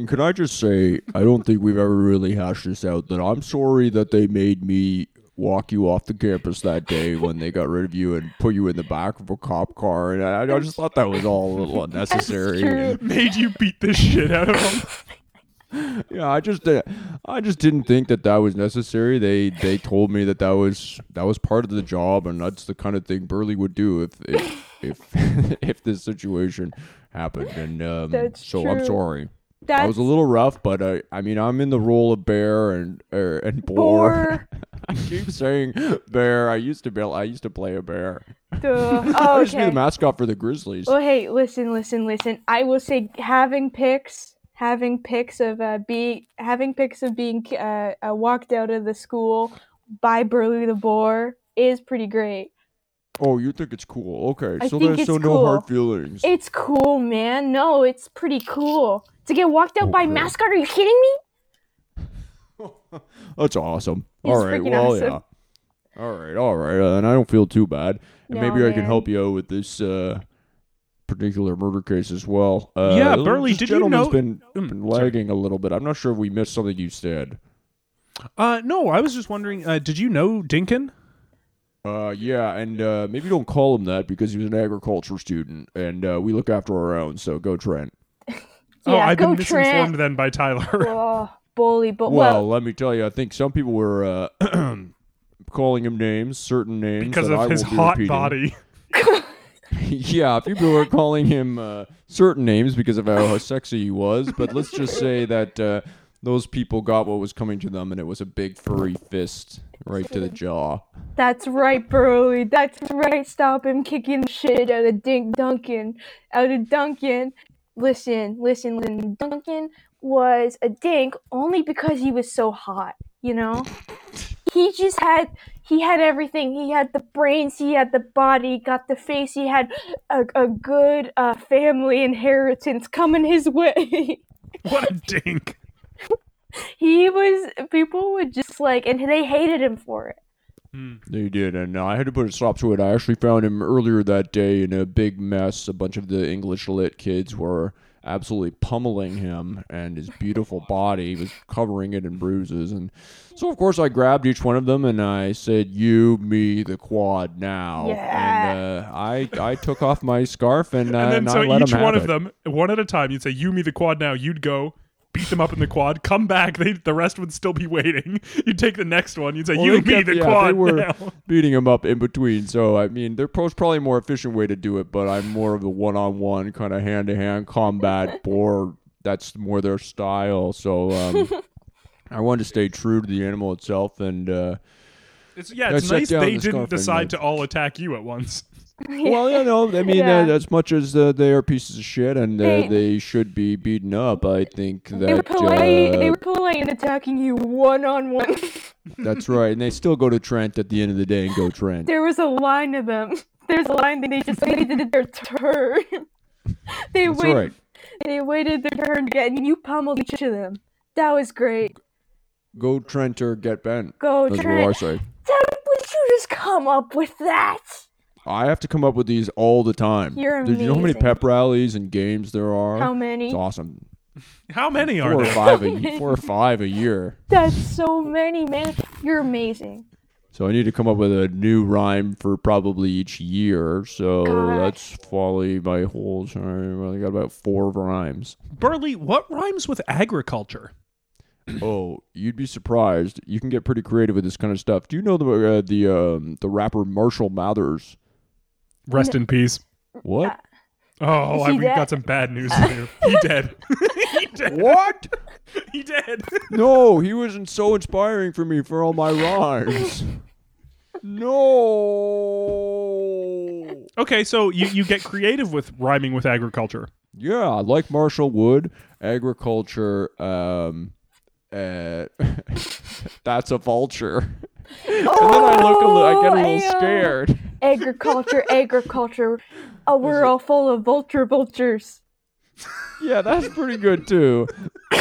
Can I just say, I don't think we've ever really hashed this out. That I'm sorry that they made me walk you off the campus that day when they got rid of you and put you in the back of a cop car. And I, I just thought that was all a [laughs] little unnecessary. true. Made you beat the shit out of him. Yeah, I just uh, I just didn't think that that was necessary. They they told me that that was that was part of the job, and that's the kind of thing Burley would do if if if, [laughs] if this situation happened. And um, That's so I'm true. sorry. I That's was a little rough, but I I mean I'm in the role of bear and er, and boar. [laughs] or I keep saying bear. I used to be I used to play a bear. [laughs] the I oh, used to be okay. the mascot for the Grizzlies. Well, Oh, hey, listen, listen, listen. I will say having pics, having pics of uh, be having pics of being uh, uh, walked out of the school by Burley the Boar is pretty great. Oh, you think it's cool? Okay, I so think there's so it's no hard cool. feelings. It's cool, man. No, it's pretty cool to get walked out by Okay. mascot. Are you kidding me? That's awesome. He's all right. freaking Well, awesome. yeah. All right. All right. Uh, and I don't feel too bad. And maybe No, I can man. help you out with this uh, particular murder case as well. Uh, Yeah, Burley, this did you gentleman's know- Been, Mm, been sorry. lagging a little bit. I'm not sure if we missed something you said. [laughs] Uh, no, I was just wondering. Uh, did you know Dinkin? Uh, yeah, and uh, maybe don't call him that because he was an agriculture student, and uh, we look after our own. So go, Trent. oh, Yeah, I've go been misinformed Trent. then by Tyler. Oh, bully, but Well, well, let me tell you, I think some people were uh, [clears throat] calling him names, certain [laughs] names, because that I of his won't be hot repeating. body. [laughs] [laughs] yeah, people were calling him uh, certain names because of how sexy he was, but let's just say that uh, those people got what was coming to them, and it was a big furry fist [laughs] right to the jaw. that's right, Burley. That's right. Stop him kicking the shit out of Dink Duncan, out of Duncan. Listen, listen, listen. Duncan was a dink only because he was so hot. You know, he just had he had everything. He had the brains. He had the body. Got the face. He had a, a good uh, family inheritance coming his [laughs] way. what a dink. he was people would just like and they hated him for it They did, and I had to put a stop to it. I actually found him earlier that day in a big mess. A bunch of the English lit kids were absolutely pummeling him, and his beautiful body was covering it in bruises. And so, of course, I grabbed each one of them and I said, "You, me, the quad, now." Yeah. And uh, I I took off my scarf and, uh, And then and so I let each him have one of it. them, one at a time, you'd say, "You me the quad now." You'd go beat them up in the quad. Come back. They the rest would still be waiting. [laughs] You'd take the next one. You'd say, Well, "You they me kept- the yeah, quad They were now." [laughs] [laughs] beating him up in between. So I mean, there was probably a more efficient way to do it, but I'm more of the one-on-one kind of [laughs] hand-to-hand combat board. That's more their style. So um, I wanted to stay true to the animal itself, and uh, It's, yeah, I it's set nice down they the didn't scarf and decide went- to all attack you at once. [laughs] well, you know, I mean, Yeah. uh, as much as uh, they are pieces of shit and uh, They- they should be beaten up, I think that they were polite uh, they were polite and attacking you one-on-one [laughs] that's right. And they still go to Trent at the end of the day and go Trent. there was a line of them [laughs] there's a line that they just waited their turn [laughs] they That's waited right. they waited their turn to get and you pummeled each of them that was great Go Trent or get bent. go That's what I Trent. say. How would you just come up with that I have to come up with these all the time. You're Did you know how many amazing. pep rallies and games there are? how many It's awesome. How many are Four or there? five a [laughs] four or five a year. that's so many man you're amazing So I need to come up with a new rhyme for probably each year. So Gosh. that's probably my whole. Well, I got about four [clears throat] rhymes. Burley, what rhymes with agriculture? oh, you'd be surprised. You can get pretty creative with this kind of stuff. Do you know the uh, the um, the rapper Marshall Mathers? Rest in peace. What? Oh, Is I, he we've dead? got some bad [laughs] news here. He dead. he dead. what? He dead. No, he wasn't so inspiring for me for all my rhymes. no. okay, so you, you get creative with rhyming with agriculture. Yeah, like Marshall Wood, agriculture. Um, uh, [laughs] that's a vulture. and then I look, a li- I get a little Oh, ayo. scared. agriculture, [laughs] agriculture. Oh, we're all full of vulture vultures. Yeah, that's pretty good too. [laughs]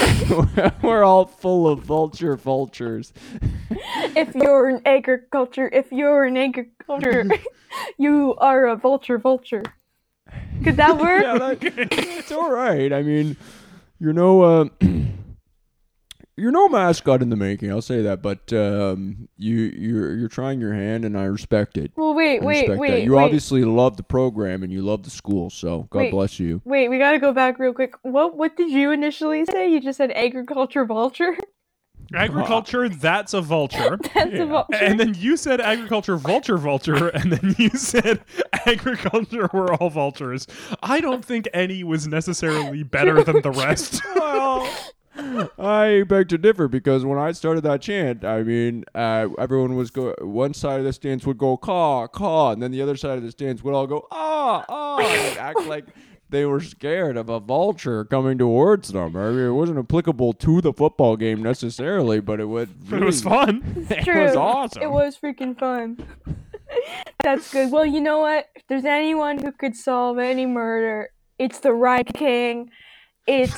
We're all full of vulture vultures. If you're in agriculture, if you're in agriculture, you are a vulture vulture. Could that work? yeah, that, it's all right. I mean, you're no, uh, [clears throat] you're no mascot in the making. I'll say that, but um, you you're you're trying your hand, and I respect it. Well, wait, I wait, respect wait. that. You wait. obviously love the program and you love the school, so God Wait. bless you. Wait, we gotta go back real quick. What what did you initially say? You just said agriculture vulture. Agriculture, that's a vulture. [laughs] That's a vulture. And then you said agriculture vulture vulture, and then you [laughs] said agriculture we're all vultures. I don't think any was necessarily better than the rest. well, I beg to differ because when I started that chant, I mean, uh, everyone was go. One side of the stands would go caw caw, and then the other side of the stands would all go ah ah, [laughs] and act like they were scared of a vulture coming towards them. I mean, it wasn't applicable to the football game necessarily, but it would. But [laughs] it really- was fun. It's [laughs] It was true. awesome. It was freaking fun. [laughs] That's good. Well, you know what? If there's anyone who could solve any murder, it's the Rhine King. [laughs] It's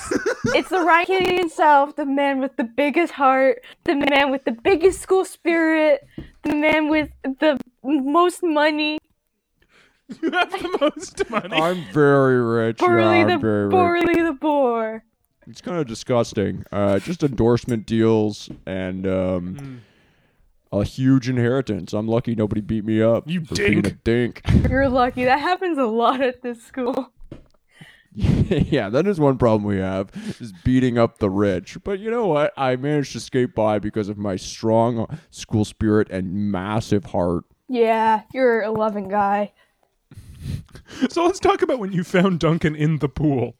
it's the Rhine King himself, the man with the biggest heart, the man with the biggest school spirit, the man with the most money, You have the most money. I'm very rich. Yeah, Burley I'm the very rich. Burley the Boar. It's kind of disgusting. Uh, just endorsement deals and um, a huge inheritance. I'm lucky nobody beat me up. You for being a dink. [laughs] You're lucky. That happens a lot at this school. [laughs] yeah, that is one problem we have is beating up the rich. But you know what? I managed to skate by because of my strong school spirit and massive heart. Yeah, you're a loving guy. So let's talk about when you found Duncan in the pool.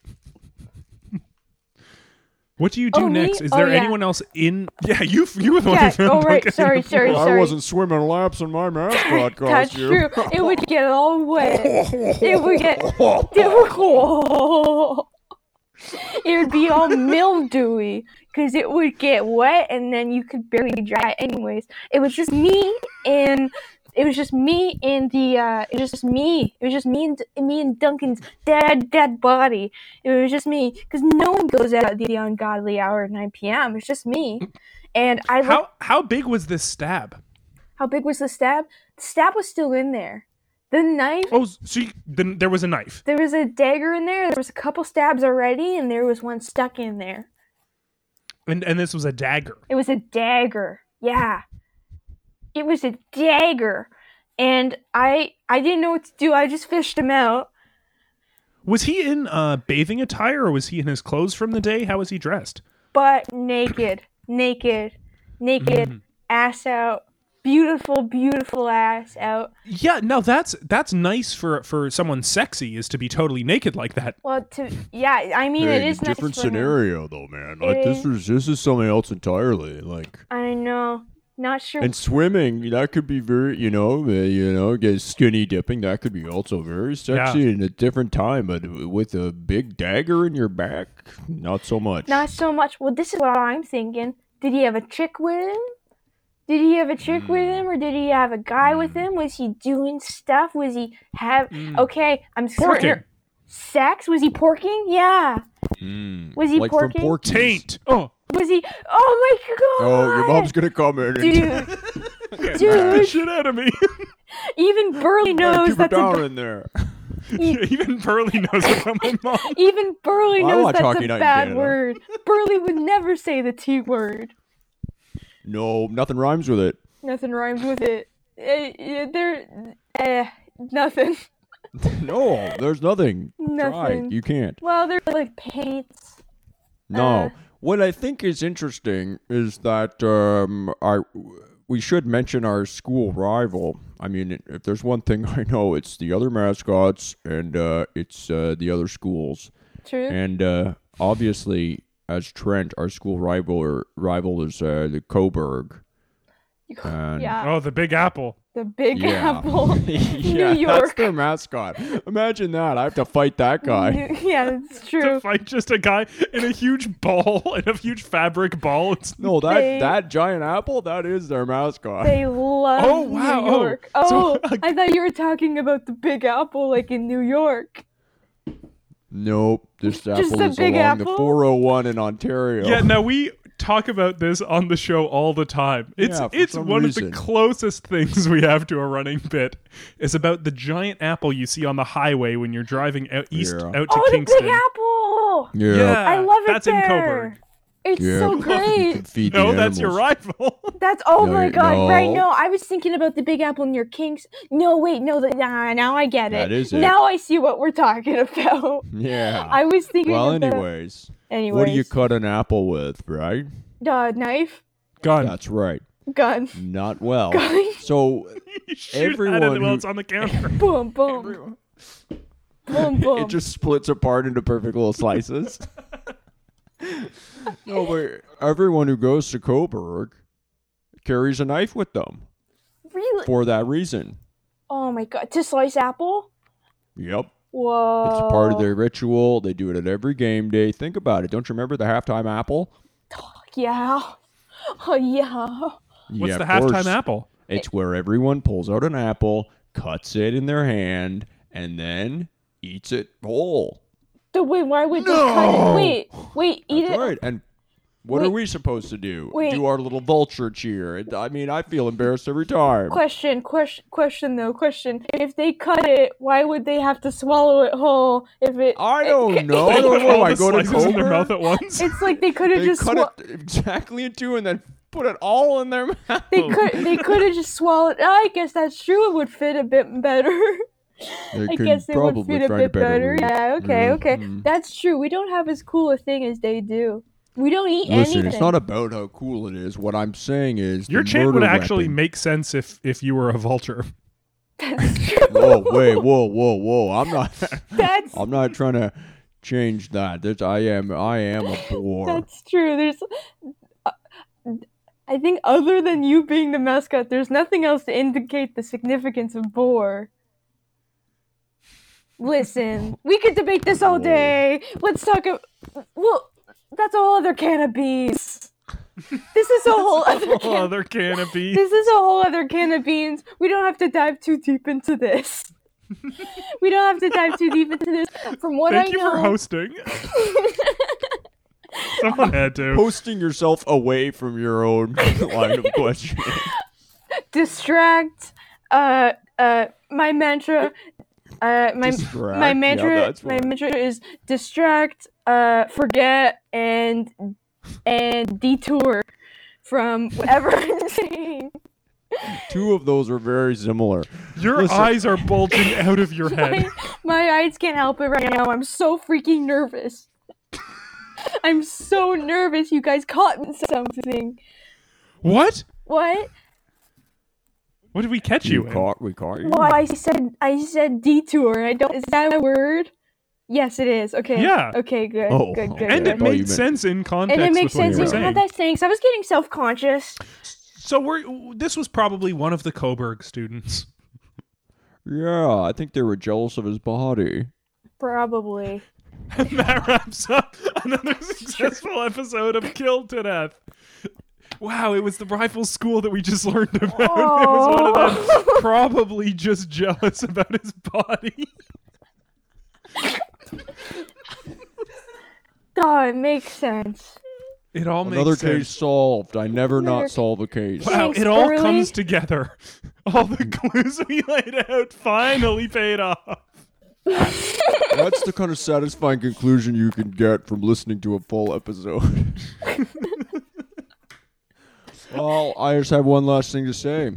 What do you do Oh, me? next? Is Oh, there yeah. anyone else in? Yeah, you you were the one who Yeah, found oh, right, Duncan. in sorry, the sorry, pool. sorry. I wasn't swimming laps in [laughs] my mascot That's true. costume. It would get all wet. It would get. It would, it would be all mildewy because it would get wet and then you could barely dry. it Anyways, it was just me and it was just me and the. Uh, it was just me. It was just me and me and Duncan's dead dead body. It was just me because no one goes out at the ungodly hour at 9 p.m. It's just me. And I looked How how big was this stab? how big was the stab? The stab was still in there. The knife, Oh, so you, then there was a knife. there was a dagger in there. There was a couple stabs already, and there was one stuck in there. And and this was a dagger. It was a dagger. Yeah, it was a dagger, and I I didn't know what to do. I just fished him out. Was he in uh, bathing attire or was he in his clothes from the day? How was he dressed? but naked, naked, naked, ass out, beautiful, beautiful ass out. Yeah, no, that's that's nice for for someone sexy is to be totally naked like that. Well, to yeah, I mean it Hey, is nice different for him. scenario though, man. Like this It is this is something else entirely. Like I know. Not sure. And swimming, that could be very, you know, uh, you know, get skinny dipping. That could be also very sexy in a different time, but with a big dagger in your back, not so much. Not so much. Well, this is what I'm thinking. Did he have a chick with him? Did he have a chick with him, or did he have a guy with him? Was he doing stuff? Was he have? Okay, I'm sorry. Porking. Sex? Was he porking? Yeah. Was he like porking? from Porky's. Taint. [laughs] Oh, was he? Oh my god! Oh, your mom's gonna come in. And Dude, Get the dude. shit out of me. Even Burley knows keep her that's a. down g- in there. [laughs] Even Burley knows about my mom. Even Burley Well, I knows watch that's Hockey a Night in bad Canada. word. Burley would never say the T word. No, nothing rhymes with it. Nothing rhymes with it. Eh, eh, there, eh, nothing. [laughs] No, there's nothing. Try. Nothing. You can't. Well, they're like paints. No. Uh, what I think is interesting is that um, I we should mention our school rival. I mean, if there's one thing [laughs] I know, it's the other mascots and uh, it's uh, the other schools. True. And uh, obviously, as Trent, our school rival rival is uh, the Coburg. [laughs] And- yeah. Oh, the Big Apple. The Big [laughs] Yeah. Apple. yeah, that's York. their mascot. Imagine that. I have to fight that guy. New- [laughs] yeah, it's To true. fight just a guy in a huge ball, [laughs] in a huge fabric ball. It's No, that They- that giant apple, that is their mascot. They love Oh, wow, New oh. York. So- Oh, I thought you were talking about the Big Apple, like in New York. Nope, this apple a is big along the apple? 401 in Ontario. Yeah, now we talk about this on the show all the time. It's Yeah, for it's some one of reason. the closest things [laughs] we have to a running bit is about the giant apple you see on the highway when you're driving out east Yeah. out to Oh, the Kingston. Big Apple! yeah. Yeah, I love it That's in there. Coburg. It's so great. Feed No, that's your rival. [laughs] That's oh No, my you're- god, right? no. No, I was thinking about the Big Apple and your kinks. No, wait, no, the, nah, now I get it. That is it. Now I see what we're talking [laughs] about. Yeah. I was thinking well, about anyways, anyways, what do you cut an apple with, right? uh, knife, Gun. That's right. [laughs] gun, [laughs] Not well. gun, So You shoot Everyone at it while who- it's on the [laughs] counter. boom, boom, boom, boom. it just splits apart into perfect [laughs] little slices. no, but everyone who goes to Coburg carries a knife with them really? for that reason. Oh my god, to slice apple? Yep. Whoa! It's part of their ritual. They do it at every game day. Think about it. Don't you remember the halftime apple? yeah. [laughs] Oh yeah. What's Yeah, the of course. halftime [laughs] apple? It's where everyone pulls out an apple, cuts it in their hand, and then eats it whole. The wait, why would they cut it? No! Wait, wait, eat That's it. right. And what are Wait. we supposed to do? Wait. Do our little vulture cheer? It- I mean, I feel embarrassed every time. Question, question, question though, question. If they cut it, why would they have to swallow it whole? If it, I don't know. They I put don't know. all Oh, I the go to slices in their Kroger, mouth at [laughs] once. it's like they could have They just cut swa- it exactly in two and then put it all in their mouth. they could they could have just swallowed. I guess that's true. It would fit a bit better. [laughs] I guess it would fit a bit better. Yeah. Mm-hmm. Okay. Okay. That's true. We don't have as cool a thing as they do. We don't eat Listen, anything. it's not about how cool it is. What I'm saying is Your the chant would murder actually weapon- make sense if if you were a [laughs] vulture. that's true. Whoa, Oh, wait, whoa, whoa, whoa! I'm not. [laughs] That's I'm not trying to change that. There's, I am. I am a boar. That's true. There's, uh, I think, other than you being the mascot, there's nothing else to indicate the significance of boar. [laughs] Listen, we could debate this all day. Let's talk. About, well, that's a whole other can of beans. This [laughs] is a whole other Oh, can. other canopy. [laughs] This is a whole other can of beans. We don't have to dive too deep into this. [laughs] we don't have to dive too deep into this. From what Thank I you know, for [laughs] hosting. Someone had to. Posting yourself away from your own [laughs] line of questioning. distract uh uh my mantra uh my Distract, my yeah, mantra that's my right. mantra is distract uh forget and and detour from whatever [laughs] I'm saying. Two of those are very similar. Your Listen. eyes are bulging out of your [laughs] head. My, my eyes can't help it right now. I'm so freaking [laughs] nervous. I'm so nervous. You guys caught me something. What? What? What did we catch you, in? caught. We caught you. Why I said I said detour. I don't. Is that a word? Yes, it is. Okay. Yeah. Okay. Good. Oh, good. Good. And Yeah, it I thought you made meant- sense in context and it makes with what sense. you were You know saying. that thing. 'cause I was getting self conscious. So we're this was probably one of the Coburg students. [laughs] Yeah, I think they were jealous of his body. Probably. And that wraps up another [laughs] successful episode of Killed to Death. Wow, it was the rival school that we just learned about. [laughs] It was one of them probably just jealous about his body. Oh, it makes sense. It all Another makes case sense. solved. I never Another- not solve a case. Wow, Thanks, it all Burley. comes together. [laughs] All the clues we laid out finally paid off. [laughs] That's the kind of satisfying conclusion you can get from listening to a full episode. [laughs] well, I just have one last thing to say.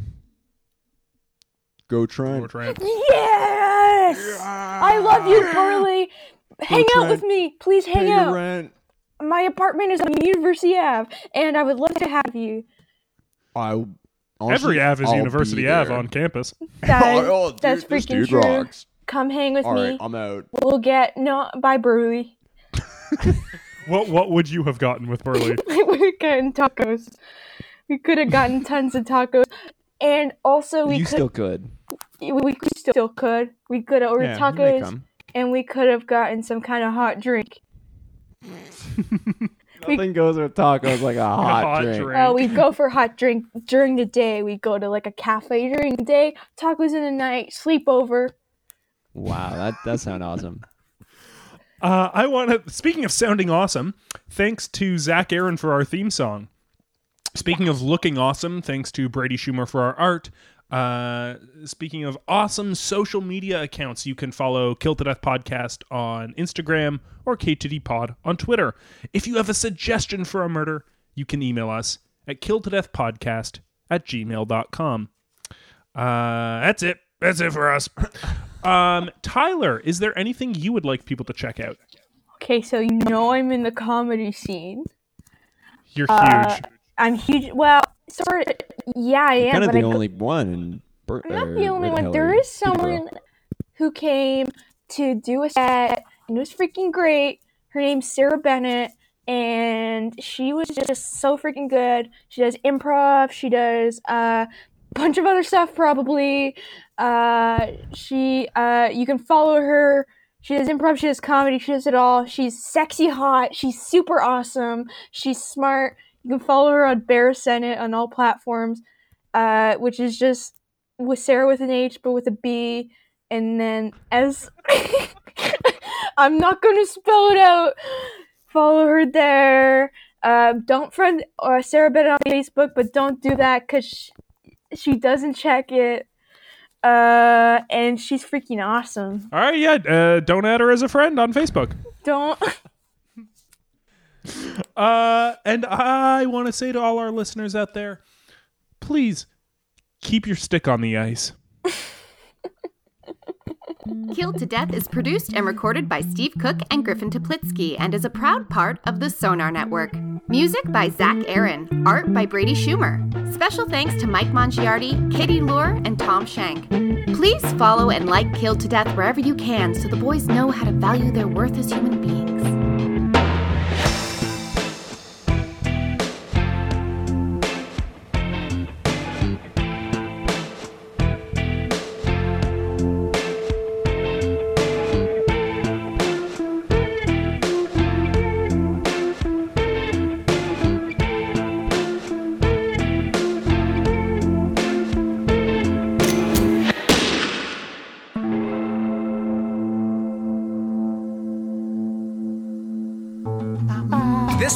Go train. Yes. I love you, Carly. Hang out Trent. with me, please. Hang Pay out. your rent. My apartment is on University Ave, and I would love to have [laughs] you. I Every Ave is I'll University be Ave there. on campus. That, Oh, oh, dude, that's this freaking dude true. rocks. Come hang with All me. right, I'm out. We'll get no. Bye, Burley. What what would you have gotten with [laughs] Burley? [laughs] we would have gotten tacos. We could have [laughs] gotten tons of tacos. And also, we could could. we could- still could we could have ordered tacos, come. and we could have gotten some kind of hot drink. Nothing goes with [laughs] tacos like a hot, hot drink. drink. Well, Uh, we go for hot drink during the day. We go to like a cafe during the day, tacos in the night, sleepover. Wow, that does sound awesome. Uh, I want to. Speaking of sounding awesome, thanks to Zach Aaron for our theme song. Speaking of looking awesome, thanks to Brady Schumer for our art. Uh, speaking of awesome social media accounts, you can follow Kill to Death Podcast on Instagram or KTD Pod on Twitter. If you have a suggestion for a murder, you can email us at killtodeathpodcast at gmail.com. Uh, that's it. That's it for us. [laughs] um, Tyler, is there anything you would like people to check out? Okay, so you know I'm in the comedy scene. You're huge. I'm huge. Well, sort of. Yeah, I am. kind of but the I go- only one. In Bur- I'm not the uh, only one. There is someone who came to do a set, and it was freaking great. Her name's Sarah Bennett, and she was just so freaking good. She does improv. She does a bunch of other stuff, probably. Uh, she, uh, you can follow her. She does improv. She does comedy. She does it all. She's sexy hot. She's super awesome. She's smart. You can follow her on Bear Senate on all platforms, uh, which is just with Sarah with an H but with a B, and then S. [laughs] I'm not gonna spell it out. Follow her there. Uh, don't friend uh, Sarah Bennett on Facebook, but don't do that because she, she doesn't check it. Uh, and she's freaking awesome. All right, yeah. Uh, don't add her as a friend on Facebook. Don't. [laughs] Uh, and I want to say to all our listeners out there, please keep your stick on the ice. Killed to Death is produced and recorded by Steve Cook and Griffin Toplitsky and is a proud part of the Sonar Network. Music by Zach Aaron, art by Brady Schumer. Special thanks to Mike Mangiardi, Katie Lure, and Tom Shank. Please follow and like Killed to Death wherever you can so the boys know how to value their worth as human beings. This